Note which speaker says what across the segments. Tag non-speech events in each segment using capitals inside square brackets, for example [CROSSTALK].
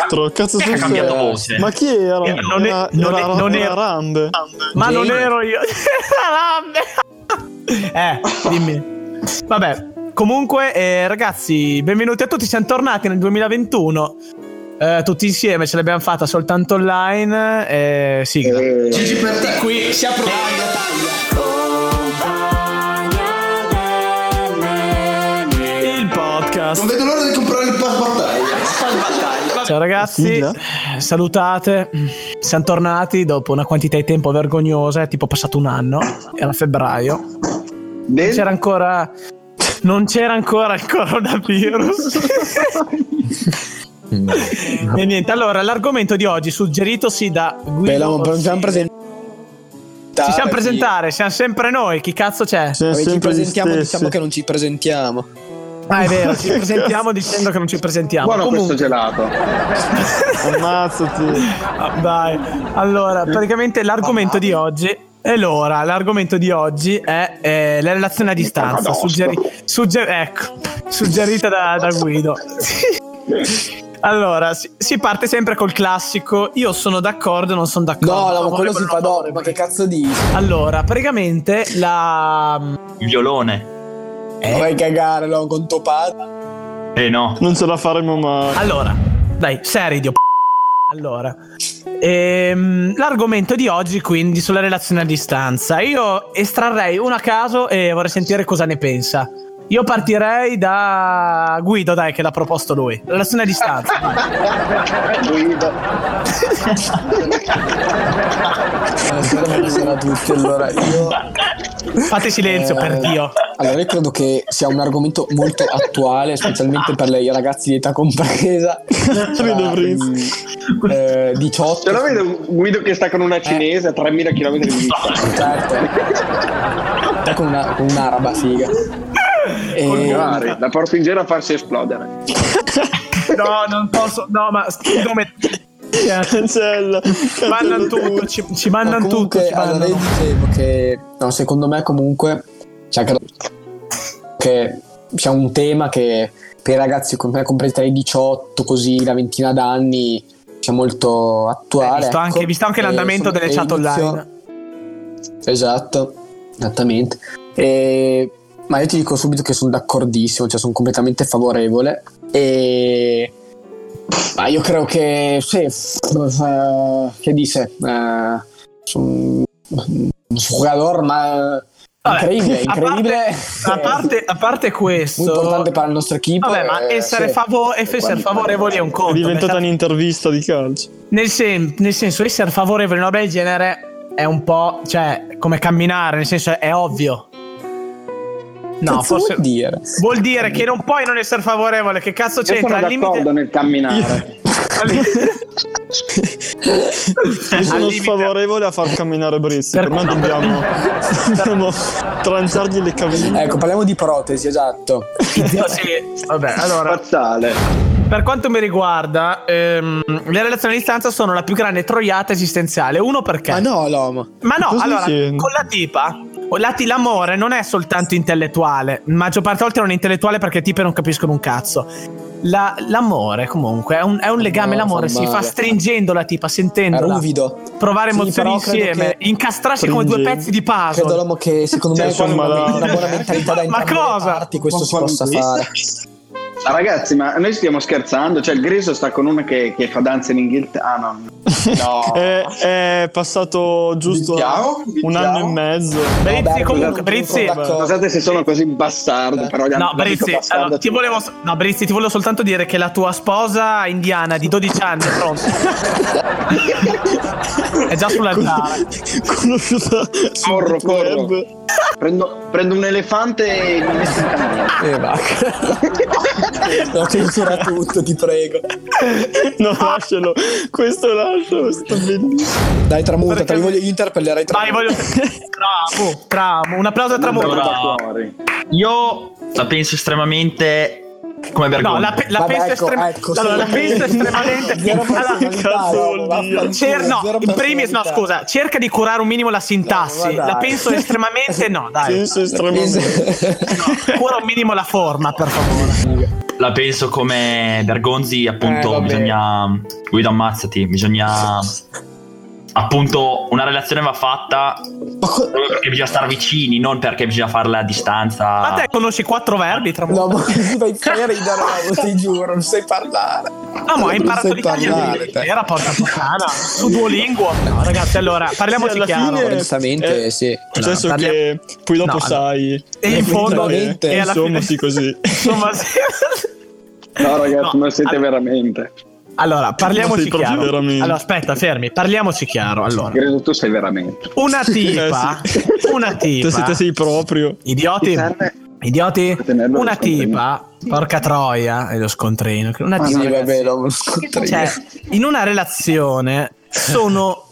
Speaker 1: altro? Cazzo
Speaker 2: Chi è che ha
Speaker 1: sei?
Speaker 2: cambiato voce?
Speaker 1: Ma chi era?
Speaker 3: Eh, non è-
Speaker 1: era,
Speaker 3: non è-
Speaker 1: era-
Speaker 3: non
Speaker 1: era
Speaker 3: è-
Speaker 1: Rand.
Speaker 3: Ma
Speaker 2: Jane.
Speaker 3: non ero io. [LAUGHS] eh, dimmi. Vabbè, comunque, eh, ragazzi, benvenuti a tutti. Siamo tornati nel 2021. Eh, tutti insieme ce l'abbiamo fatta soltanto online. Eh, sigla.
Speaker 4: Gigi per te
Speaker 5: Qui si apre
Speaker 3: Il podcast.
Speaker 4: Non vedo l'ora di comprare il pass battaglia
Speaker 3: Ciao ragazzi, Eh,
Speaker 1: Sigla.
Speaker 3: salutate. Siamo tornati dopo una quantità di tempo vergognosa, è tipo passato un anno, era febbraio.
Speaker 4: Del-
Speaker 3: C'era ancora non c'era ancora
Speaker 5: [LAUGHS]
Speaker 3: il coronavirus. e niente, allora l'argomento di oggi suggeritosi da Guido.
Speaker 5: Beh, l'abbiamo
Speaker 3: Orsini.
Speaker 5: possiamo
Speaker 3: Ci siamo presentare, siamo sempre noi, chi cazzo c'è?
Speaker 1: Siamo
Speaker 5: Ci
Speaker 1: sempre gli
Speaker 5: presentiamo, diciamo
Speaker 1: stessi.
Speaker 5: che non ci presentiamo.
Speaker 3: Ah, è
Speaker 5: [LAUGHS]
Speaker 3: vero, ci presentiamo dicendo che non ci presentiamo.
Speaker 6: Buono
Speaker 3: Comunque-
Speaker 6: questo gelato.
Speaker 1: Ammazzati.
Speaker 3: Ah, Dai, allora, praticamente l'argomento di oggi. E l'ora, l'argomento di oggi è eh, la relazione a distanza,
Speaker 6: Madosco.
Speaker 3: suggeri- sugge- ecco, suggerita da, da Guido. allora, si, si parte sempre col classico, io sono d'accordo, non sono
Speaker 5: No,
Speaker 3: d'accordo.
Speaker 5: no, ma quello si fa d'oro,
Speaker 3: d'oro
Speaker 5: ma che cazzo dici?
Speaker 3: Allora, praticamente la...
Speaker 2: Il violone.
Speaker 5: Vuoi cagare, no, con tuo padre?
Speaker 2: Eh no.
Speaker 1: Non ce la faremo mai. [LAUGHS]
Speaker 3: Allora, dai, seri dio. p- Allora, ehm, l'argomento di oggi quindi sulla relazione a distanza. Io estrarrei uno a caso e vorrei sentire cosa ne pensa. Io partirei da Guido, dai, che l'ha proposto lui. Relazione a distanza. [LAUGHS]
Speaker 5: Allora, Buonasera a tutti, allora io...
Speaker 3: Fate silenzio,
Speaker 5: Eh,
Speaker 3: per Dio.
Speaker 5: Allora, io credo che sia un argomento molto attuale, specialmente per i ragazzi di età compresa. Tra,
Speaker 1: Rido Prince.
Speaker 5: mm, eh, 18.
Speaker 6: Ce la vedo Guido che sta con una cinese a 3000 km di vista.
Speaker 5: Certo. Sta con, una, con un'araba figa. Ehm, E-
Speaker 6: [LAUGHS] Magari, La porto in giro a farsi esplodere.
Speaker 3: No, non posso. No, ma come.
Speaker 1: Cancella.
Speaker 3: Ci mandano
Speaker 1: Cancella
Speaker 3: tutto, ci, ci
Speaker 5: Ma
Speaker 3: mandano tutto.
Speaker 5: comunque,
Speaker 3: ci
Speaker 5: allora, io
Speaker 3: mandano.
Speaker 5: dicevo che no, secondo me comunque c'è anche da- che c'è un tema che per i ragazzi com- compresi tra i 18 così la ventina d'anni c'è molto attuale
Speaker 3: Eh, visto anche-
Speaker 5: ecco.
Speaker 3: visto anche
Speaker 5: E
Speaker 3: l'andamento
Speaker 5: sono-
Speaker 3: delle
Speaker 5: e
Speaker 3: chat
Speaker 5: inizio-
Speaker 3: online.
Speaker 5: esatto esattamente E- ma io ti dico subito che sono d'accordissimo cioè sono completamente favorevole e ma io credo che sì, eh, che dice eh, sono un jugador ma
Speaker 3: Vabbè,
Speaker 5: incredibile
Speaker 3: a parte-
Speaker 5: incredibile
Speaker 3: A parte, a parte questo,
Speaker 5: Molto importante per la nostra equipe
Speaker 3: Vabbè, ma
Speaker 5: eh,
Speaker 3: essere,
Speaker 5: sì.
Speaker 3: favo- essere favorevoli è un
Speaker 1: È
Speaker 3: conto.
Speaker 1: diventata
Speaker 3: nel,
Speaker 1: un'intervista di calcio.
Speaker 3: nel sen- nel senso, essere favorevoli a una roba del genere è un po'. cioè, come camminare, nel senso, è ovvio. No,
Speaker 5: Cazzo
Speaker 3: forse.
Speaker 5: vuol dire
Speaker 3: Vuol dire che non puoi non essere favorevole. Che cazzo
Speaker 6: Io sono
Speaker 3: c'entra? Al
Speaker 6: d'accordo
Speaker 3: limite.
Speaker 6: nel camminare.
Speaker 3: al limite-
Speaker 1: Io
Speaker 3: al
Speaker 1: sono
Speaker 3: limite-
Speaker 1: sfavorevole a far camminare Brizzi.
Speaker 3: Per-
Speaker 1: Per me
Speaker 3: [LAUGHS]
Speaker 1: dobbiamo, dobbiamo tranciargli le caviglie.
Speaker 5: ecco parliamo di protesi esatto
Speaker 3: Sì, vabbè, allora.
Speaker 6: Spazzale.
Speaker 3: Per quanto mi riguarda, ehm, le relazioni a distanza sono la più grande troiata esistenziale. Uno perché?
Speaker 5: ma no l'uomo
Speaker 3: Ma no,
Speaker 1: Cosa
Speaker 3: allora,
Speaker 1: dicendo?
Speaker 3: con la tipa, o la ti- l'amore non è soltanto intellettuale. La maggior parte delle volte non è intellettuale perché tipe non capiscono un cazzo. La- l'amore, comunque, è un, è un legame.
Speaker 5: No,
Speaker 3: l'amore
Speaker 5: fa
Speaker 3: si fa
Speaker 5: male.
Speaker 3: stringendo la tipa, sentendola.
Speaker 5: È ruvido.
Speaker 3: Provare
Speaker 5: Sì,
Speaker 3: emozioni
Speaker 5: però credo
Speaker 3: insieme,
Speaker 5: che-
Speaker 3: incastrarsi come due
Speaker 1: Stringendo.
Speaker 3: pezzi di puzzle.
Speaker 5: Credo l'uomo che secondo
Speaker 1: Cioè,
Speaker 5: me con
Speaker 1: sono
Speaker 5: una,
Speaker 1: malato.
Speaker 5: una buona mentalità da
Speaker 3: Ma
Speaker 5: entrambe le
Speaker 3: cosa?
Speaker 5: parti questo
Speaker 6: Ma
Speaker 5: si possa
Speaker 6: quando-
Speaker 5: fare.
Speaker 6: Ma ragazzi, ma noi stiamo scherzando? Cioè, il Griso sta con una che, che fa danza in Inghilterra. Ah, no. No.
Speaker 1: È, è passato Eh, giusto
Speaker 4: Vediamo,
Speaker 1: un
Speaker 4: vediamo.
Speaker 1: anno e mezzo.
Speaker 3: Brizzi,
Speaker 5: Beh,
Speaker 3: comunque,
Speaker 5: sono
Speaker 3: Brizzi.
Speaker 5: d'accordo.
Speaker 6: Scusate se sono così bastardo, però gli
Speaker 3: No,
Speaker 6: hanno detto
Speaker 3: Brizzi,
Speaker 6: bastardo
Speaker 3: allora, ti
Speaker 6: tutti.
Speaker 3: volevo, no, Brizzi, ti volevo soltanto dire che la tua sposa indiana di 12 anni è
Speaker 5: [LAUGHS]
Speaker 3: pronta. è già sull'altare.
Speaker 1: [LAUGHS] Conosciuta sul
Speaker 6: Corro,
Speaker 1: web.
Speaker 6: corro. Prendo, prendo un elefante e mi metto in cammino.
Speaker 5: Eh, va. Lo censura tutto, ti prego.
Speaker 1: No, lascialo. Questo lascialo. Sta bellissimo.
Speaker 5: Dai, tramuta,
Speaker 3: Perché-
Speaker 5: te li voglio- io interpellerai
Speaker 3: Vai,
Speaker 5: tramuta. [LAUGHS]
Speaker 3: voglio. Tramo, tramo. Un applauso a
Speaker 2: Allora,
Speaker 3: Tramuta.
Speaker 2: Io la penso estremamente come vergogna.
Speaker 3: No, la, pe- la
Speaker 5: Vabbè,
Speaker 3: penso
Speaker 5: ecco,
Speaker 3: estrema-
Speaker 5: ecco,
Speaker 3: allora, la
Speaker 5: sì. [LAUGHS]
Speaker 3: penso estremamente. [LAUGHS]
Speaker 5: Zero
Speaker 3: Allora,
Speaker 5: personalità,
Speaker 1: cazzo
Speaker 5: no,
Speaker 1: vuol dire?
Speaker 5: vaffanculo,
Speaker 3: cer- Cioè, no,
Speaker 5: zero
Speaker 3: in primis, no,
Speaker 5: personalità.
Speaker 3: scusa, cerca di curare un minimo la sintassi.
Speaker 5: No, ma dai.
Speaker 3: la penso estremamente, no, dai.
Speaker 1: Penso estremamente.
Speaker 3: Cura un minimo la forma, per favore.
Speaker 2: la penso come Bergonzi, appunto,
Speaker 5: Eh, vabbè.
Speaker 2: bisogna. Guido, ammazzati. Bisogna. Appunto, una relazione va fatta
Speaker 5: Ma co-
Speaker 2: proprio perché bisogna stare vicini, non perché bisogna farla a distanza.
Speaker 3: Ma te conosci quattro verbi tra
Speaker 5: Ah. No, ma [LAUGHS] dai, fai ridere, Rao, ti giuro, non sai parlare.
Speaker 3: Ah, ma hai
Speaker 5: Non sai
Speaker 3: imparato l'italiano
Speaker 5: parlare,
Speaker 3: ieri
Speaker 5: te.
Speaker 3: sera, porca puttana. Su Duolingo. No, ragazzi, allora, [LAUGHS] parliamoci
Speaker 1: Sì, alla
Speaker 3: chiaro.
Speaker 1: fine-
Speaker 5: Onestamente,
Speaker 1: Eh,
Speaker 5: sì.
Speaker 1: Adesso
Speaker 3: No, parliamo-
Speaker 1: che poi dopo
Speaker 3: No, no.
Speaker 1: sai.
Speaker 3: E in fondo...
Speaker 1: Eh,
Speaker 5: Veramente,
Speaker 3: e alla
Speaker 1: insomma,
Speaker 3: fine- [LAUGHS]
Speaker 1: sì, così.
Speaker 3: Insomma,
Speaker 5: [LAUGHS]
Speaker 3: sì.
Speaker 6: No, ragazzi,
Speaker 3: No,
Speaker 6: ma siete
Speaker 3: all-
Speaker 6: veramente.
Speaker 3: Allora, parliamoci
Speaker 1: Sei proprio
Speaker 3: chiaro.
Speaker 1: veramente.
Speaker 3: Allora, aspetta, fermi. Parliamoci chiaro. Allora,
Speaker 6: Credo tu sei veramente.
Speaker 3: una tipa...
Speaker 1: Eh, sì.
Speaker 3: [LAUGHS] Una tipa...
Speaker 1: Te, se te sei proprio.
Speaker 3: Idioti,
Speaker 6: Ti serve?
Speaker 3: idioti,
Speaker 6: tenerlo
Speaker 3: una
Speaker 6: lo scontrino.
Speaker 3: tipa, porca troia, è lo scontrino. Una
Speaker 6: Ah,
Speaker 3: tipa,
Speaker 5: Sì,
Speaker 6: no,
Speaker 3: ragazzi,
Speaker 5: vabbè, lo scontrino.
Speaker 3: cioè, in una relazione
Speaker 6: [LAUGHS]
Speaker 3: sono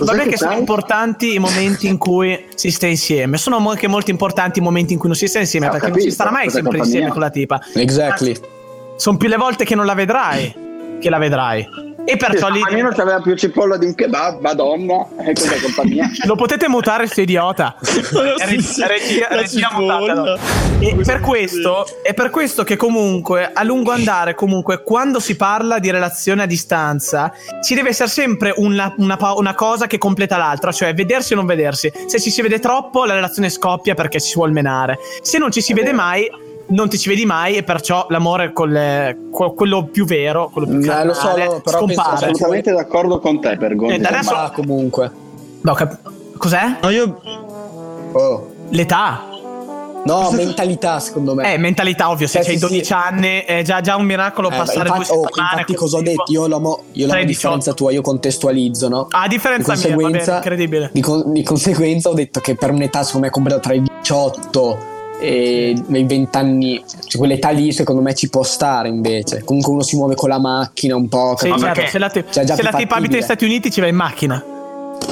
Speaker 3: vabbè
Speaker 6: che
Speaker 3: che sono
Speaker 6: sai?
Speaker 3: importanti i momenti in cui si sta insieme, sono mo- anche molto importanti i momenti in cui non si sta insieme,
Speaker 6: Ho
Speaker 3: perché non si
Speaker 6: capito,
Speaker 3: starà mai
Speaker 6: cosa
Speaker 3: sempre
Speaker 6: compagnia.
Speaker 3: insieme con la tipa.
Speaker 5: Exactly.
Speaker 3: Sono più le volte che non la vedrai che la vedrai. E perciò lì
Speaker 6: Almeno c'aveva più cipolla di un kebab, madonna, e cos'è colpa mia?
Speaker 3: lo potete mutare sto idiota. [LAUGHS] Regia- regia-
Speaker 1: La
Speaker 3: regia
Speaker 1: cipolla.
Speaker 3: mutatelo. E per questo, è per questo che comunque a lungo andare, comunque, quando si parla di relazione a distanza, ci deve essere sempre una, una pa- una cosa che completa l'altra, cioè vedersi o non vedersi. Se ci si vede troppo, la relazione scoppia perché ci si vuol menare. Se non ci si vede mai, non ti ci vedi mai, e perciò l'amore con le- co- quello più vero, quello più
Speaker 5: Eh, lo so,
Speaker 3: carnale,
Speaker 5: lo- però penso
Speaker 3: scompare.
Speaker 5: assolutamente-
Speaker 6: Assolutamente d'accordo con te, Bergoglio.
Speaker 3: Eh, da adesso-
Speaker 5: Ma comunque.
Speaker 3: No, cap- cos'è?
Speaker 1: No, io.
Speaker 5: Oh.
Speaker 3: L'età.
Speaker 5: No,
Speaker 3: [LAUGHS]
Speaker 5: mentalità, secondo me.
Speaker 3: Eh, mentalità, ovvio, se
Speaker 5: Eh,
Speaker 3: c'hai
Speaker 5: sì,
Speaker 3: 12
Speaker 5: sì.
Speaker 3: anni è già, già un miracolo
Speaker 5: Eh,
Speaker 3: passare
Speaker 5: infatti,
Speaker 3: due
Speaker 5: oh,
Speaker 3: settimane.
Speaker 5: infatti cosa ho
Speaker 3: continuo.
Speaker 5: detto? Io l'amo, io l'amo a
Speaker 3: 13,
Speaker 5: differenza
Speaker 3: 18.
Speaker 5: tua, io contestualizzo, no?
Speaker 3: Ah, a differenza mia, va bene, incredibile.
Speaker 5: di, con- di conseguenza ho detto che per un'età secondo me compresa tra i 18 e i 20 anni, cioè quell'età lì secondo me ci può stare invece. Comunque uno si muove con la macchina un po',
Speaker 3: Sì,
Speaker 5: capito?
Speaker 3: certo,
Speaker 2: ma perché?
Speaker 3: se la, ti-
Speaker 5: Cioè, già
Speaker 3: se
Speaker 5: più
Speaker 3: la tipa abita
Speaker 5: fattibile.
Speaker 3: negli Stati Uniti ci va in macchina.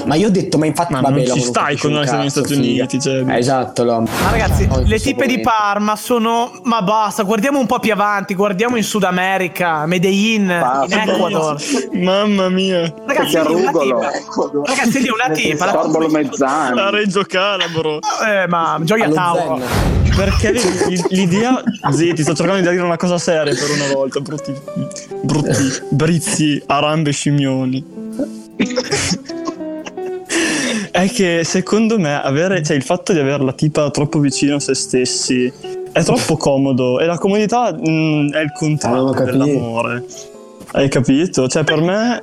Speaker 5: Ma io ho detto, ma infatti
Speaker 1: Ma
Speaker 5: vabbè,
Speaker 1: non ci
Speaker 5: l'uomo
Speaker 1: stai
Speaker 5: capisce
Speaker 1: con
Speaker 5: un
Speaker 1: una che sta negli
Speaker 5: cazzo,
Speaker 1: Stati
Speaker 5: figa.
Speaker 1: Uniti, cioè.
Speaker 5: Eh, esatto, lo amo.
Speaker 3: Ma ragazzi,
Speaker 5: No, in
Speaker 3: le
Speaker 5: questo
Speaker 3: tipe di
Speaker 5: momento.
Speaker 3: Parma sono. Ma basta, guardiamo un po' più avanti, guardiamo in Sud America, Medellin, in
Speaker 6: Basta.
Speaker 3: Ecuador.
Speaker 1: Mamma mia.
Speaker 3: Ragazzi,
Speaker 6: Perché
Speaker 3: lì una
Speaker 6: arugolo.
Speaker 3: tipa. Ragazzi, lì una tipa. la-
Speaker 6: Sorbolo
Speaker 1: La
Speaker 6: mezzano.
Speaker 1: Reggio Calabro.
Speaker 3: Eh, ma gioia
Speaker 5: Allo
Speaker 3: Tauro.
Speaker 5: zen.
Speaker 1: Perché l- l- l'idea. Zitti, sto cercando di dire una cosa seria per una volta. Brutti. Brutti. Brizzi, arambe, scimmioni. È che secondo me avere, cioè, il fatto di avere la tipa troppo vicino a se stessi è troppo comodo e la comodità mh, è il
Speaker 5: Ah,
Speaker 1: contrario
Speaker 5: non ho capito.
Speaker 1: dell'amore. Hai capito? Cioè per me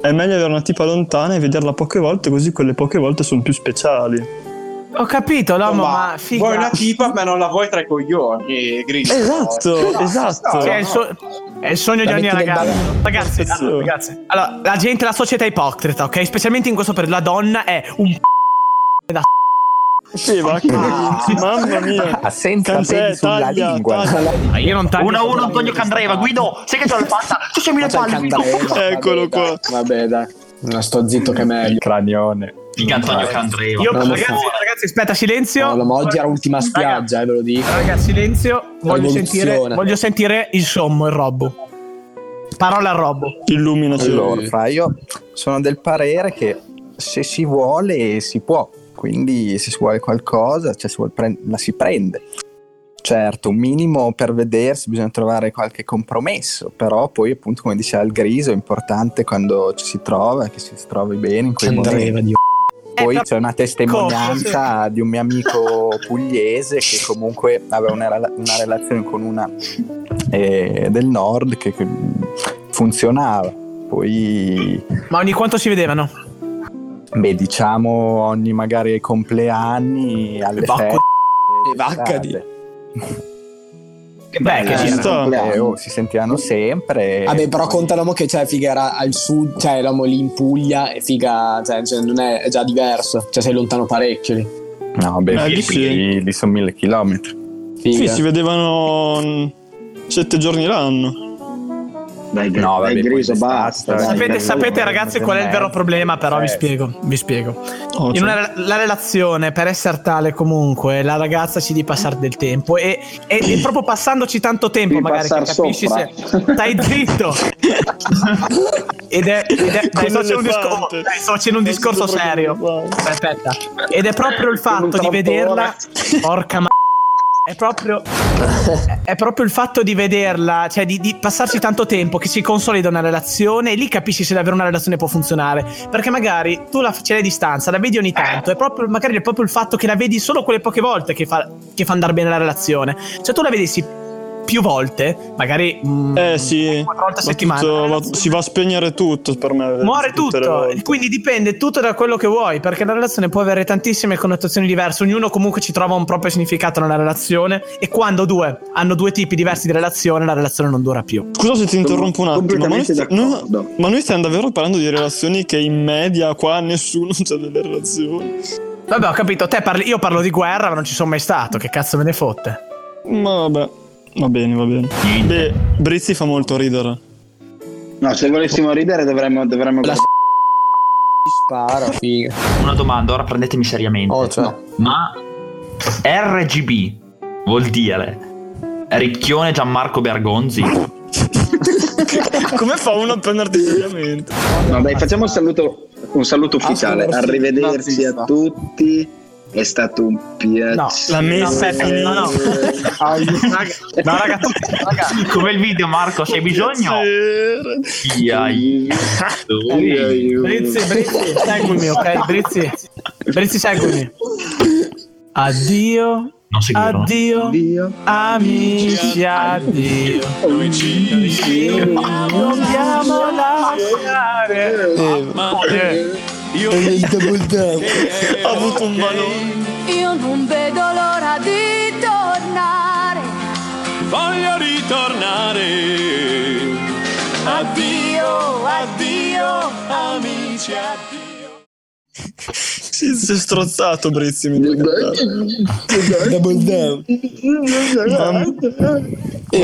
Speaker 1: è meglio avere una tipa lontana e vederla poche volte così quelle poche volte sono più speciali.
Speaker 3: Ho capito, no, ma,
Speaker 7: Ma
Speaker 3: figa.
Speaker 7: Vuoi una tipa, ma non la vuoi tra i coglioni, Grillo.
Speaker 1: Esatto,
Speaker 7: No,
Speaker 1: esatto.
Speaker 3: Cioè, è, il so- è il sogno di
Speaker 5: La
Speaker 3: ogni
Speaker 5: metti nel
Speaker 3: ragazzo.
Speaker 5: bagaglio.
Speaker 3: Ragazzi,
Speaker 1: Cazzo.
Speaker 3: allora, ragazzi, allora, la gente, la società è ipocrita, ok? Specialmente in questo periodo, la donna è un p-
Speaker 1: Sì, ma mamma mia.
Speaker 8: Ah, senza
Speaker 1: Cancella,
Speaker 8: peli sulla
Speaker 1: taglia,
Speaker 8: lingua.
Speaker 1: taglia.
Speaker 3: Ma io non taglio.
Speaker 2: 1 a 1 Antonio Candreva, Guido, sai che c'ho la panza? Tu sei mille
Speaker 5: Ma c'è il
Speaker 2: palle, Guido.
Speaker 5: Candreva,
Speaker 1: [LAUGHS] Eccolo
Speaker 5: vabbè, dai,
Speaker 1: qua.
Speaker 5: Vabbè, dai. No, sto zitto che è meglio.
Speaker 8: Il cranione.
Speaker 2: Figa Antonio Candreva.
Speaker 3: Io,
Speaker 5: No,
Speaker 3: ragazzi,
Speaker 5: non
Speaker 3: ragazzi,
Speaker 5: so.
Speaker 3: aspetta, silenzio.
Speaker 5: No, ma oggi era ultima
Speaker 3: Raga,
Speaker 5: spiaggia, eh, ve lo dico.
Speaker 3: Raga, silenzio. Voglio
Speaker 5: Rivoluzione.
Speaker 3: sentire, voglio sentire il sommo, il robbo. Parola al robbo.
Speaker 1: Illuminaci.
Speaker 8: Allora, fra, io sono del parere che se si vuole si può, quindi se si vuole qualcosa cioè si vuol prend- la si prende. Certo, un minimo per vedersi bisogna trovare qualche compromesso, però poi appunto come diceva il Griso è importante quando ci si trova, che si trovi bene in quei momenti.
Speaker 5: Andreva di
Speaker 8: Poi
Speaker 3: Eh,
Speaker 8: c'è una testimonianza di un mio amico pugliese che comunque aveva una, rela- una relazione con una eh, del nord che, che funzionava. Poi,
Speaker 3: Ma ogni quanto si vedevano?
Speaker 8: beh, diciamo ogni magari ai compleanni, alle
Speaker 3: Vacco-
Speaker 8: feste.
Speaker 5: E vacca di-
Speaker 3: Beh, che
Speaker 8: Eh,
Speaker 3: c'era.
Speaker 1: sta.
Speaker 8: eh, oh, si sentivano
Speaker 1: Eh,
Speaker 8: sempre.
Speaker 5: Vabbè, però conta l'uomo che cioè, figa era al sud, cioè l'uomo lì in Puglia e figa, cioè, cioè, non è, è già diverso, cioè sei lontano parecchio lì.
Speaker 8: No, beh,
Speaker 1: Eh, lì
Speaker 8: lì,
Speaker 1: sì.
Speaker 8: lì sono mille chilometri.
Speaker 1: Sì,
Speaker 5: Figa.
Speaker 1: si vedevano mm, sette giorni l'anno.
Speaker 6: Dai, dai,
Speaker 8: No, vabbè,
Speaker 6: dai,
Speaker 8: poi
Speaker 6: Griso,
Speaker 8: c'è
Speaker 6: basta.
Speaker 8: stata-
Speaker 6: dai.
Speaker 3: Sapete,
Speaker 8: Dai,
Speaker 3: sapete,
Speaker 8: dai,
Speaker 3: ragazzi
Speaker 8: dai,
Speaker 3: qual è il
Speaker 8: dai.
Speaker 3: vero problema però vi
Speaker 8: Eh.
Speaker 3: spiego vi spiego
Speaker 1: Oh,
Speaker 3: In
Speaker 1: cioè,
Speaker 3: una- la relazione per essere tale comunque la ragazza ci di passare del tempo e, e, e proprio passandoci tanto tempo
Speaker 6: Devi
Speaker 3: magari che
Speaker 6: passar
Speaker 3: capisci
Speaker 6: sopra.
Speaker 3: se stai zitto ed è, ed è dai,
Speaker 1: Con
Speaker 3: sto facendo un discor-
Speaker 1: l'elefante.
Speaker 3: oh, dai, sto facendo un
Speaker 1: Non si
Speaker 3: discorso
Speaker 1: dovrebbe
Speaker 3: serio
Speaker 1: fare.
Speaker 3: aspetta ed è proprio il
Speaker 6: Con un
Speaker 3: fatto di
Speaker 6: tampone.
Speaker 3: vederla porca ma È proprio, è- è proprio il fatto di vederla, cioè di, di passarci tanto tempo che si consolida una relazione e lì capisci se davvero una relazione può funzionare. Perché magari tu la c'è a distanza, la vedi ogni tanto, è proprio, magari è proprio il fatto che la vedi solo quelle poche volte che fa, che fa andare bene la relazione. Se tu la vedessi più volte, magari mm,
Speaker 1: Eh sì,
Speaker 3: quattro volte a
Speaker 1: va
Speaker 3: settimana,
Speaker 1: tutto-
Speaker 3: la
Speaker 1: va-
Speaker 3: relazione-
Speaker 1: si va a spegnere tutto per me.
Speaker 3: Muore
Speaker 1: tutte le
Speaker 3: tutto,
Speaker 1: volte.
Speaker 3: quindi dipende tutto da quello che vuoi, perché la relazione può avere tantissime connotazioni diverse, ognuno comunque ci trova un proprio significato nella relazione e quando due hanno due tipi diversi di relazione, la relazione non dura più.
Speaker 1: Scusa se ti interrompo un attimo, ma noi,
Speaker 6: Completamente
Speaker 1: sti- no,
Speaker 6: d'accordo.
Speaker 1: ma noi stiamo davvero parlando di relazioni che in media qua nessuno [LAUGHS] c'ha delle relazioni.
Speaker 3: Vabbè, ho capito, te parli, io parlo di guerra, ma non ci sono mai stato, che cazzo me ne fotte?
Speaker 1: Ma vabbè, va bene, va bene.
Speaker 2: Niente.
Speaker 1: Beh, Brizzi fa molto ridere.
Speaker 6: No, se volessimo ridere dovremmo... dovremmo
Speaker 5: La spara, figa.
Speaker 2: Una domanda, ora prendetemi seriamente.
Speaker 5: Oh, cioè.
Speaker 2: Ma RGB vuol dire Ricchione Gianmarco Bergonzi?
Speaker 1: Come fa uno a prenderti seriamente?
Speaker 6: No, dai, facciamo un saluto, un saluto
Speaker 3: Ah,
Speaker 6: ufficiale.
Speaker 8: Assolutamente.
Speaker 6: Arrivederci
Speaker 8: Nazista.
Speaker 6: a tutti. È stato un piacere. Eh,
Speaker 3: No,
Speaker 1: la messa
Speaker 3: è finita,
Speaker 6: [LAUGHS]
Speaker 3: no, no. No, ragazzi, ragazzi.
Speaker 2: Come il video, Marco, c'hai bisogno?
Speaker 1: Piacere.
Speaker 2: Ai, ai, ai.
Speaker 3: Brizzi, Brizzi, seguimi, ok? Brizzi, Brizzi, seguimi. Addio,
Speaker 2: Non seguirò.
Speaker 3: addio,
Speaker 6: Addio.
Speaker 3: amici, addio. Dobbiamo lasciare.
Speaker 1: Ha avuto un valore.
Speaker 9: Io non vedo l'ora di tornare.
Speaker 10: voglio ritornare. Addio, addio, amici, addio.
Speaker 1: Si, si è strozzato Brizzi. mi dico.
Speaker 5: Double down. E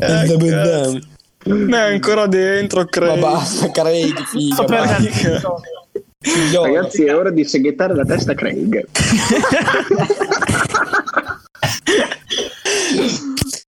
Speaker 1: Eh,
Speaker 5: Double down.
Speaker 1: Ma è ancora dentro,
Speaker 5: Ma
Speaker 1: credo.
Speaker 5: basta, Craig, figa.
Speaker 3: Sto
Speaker 5: basta,
Speaker 3: perdendo.
Speaker 5: figliolo.
Speaker 6: Ragazzi, è ora di seghettare la testa a Craig.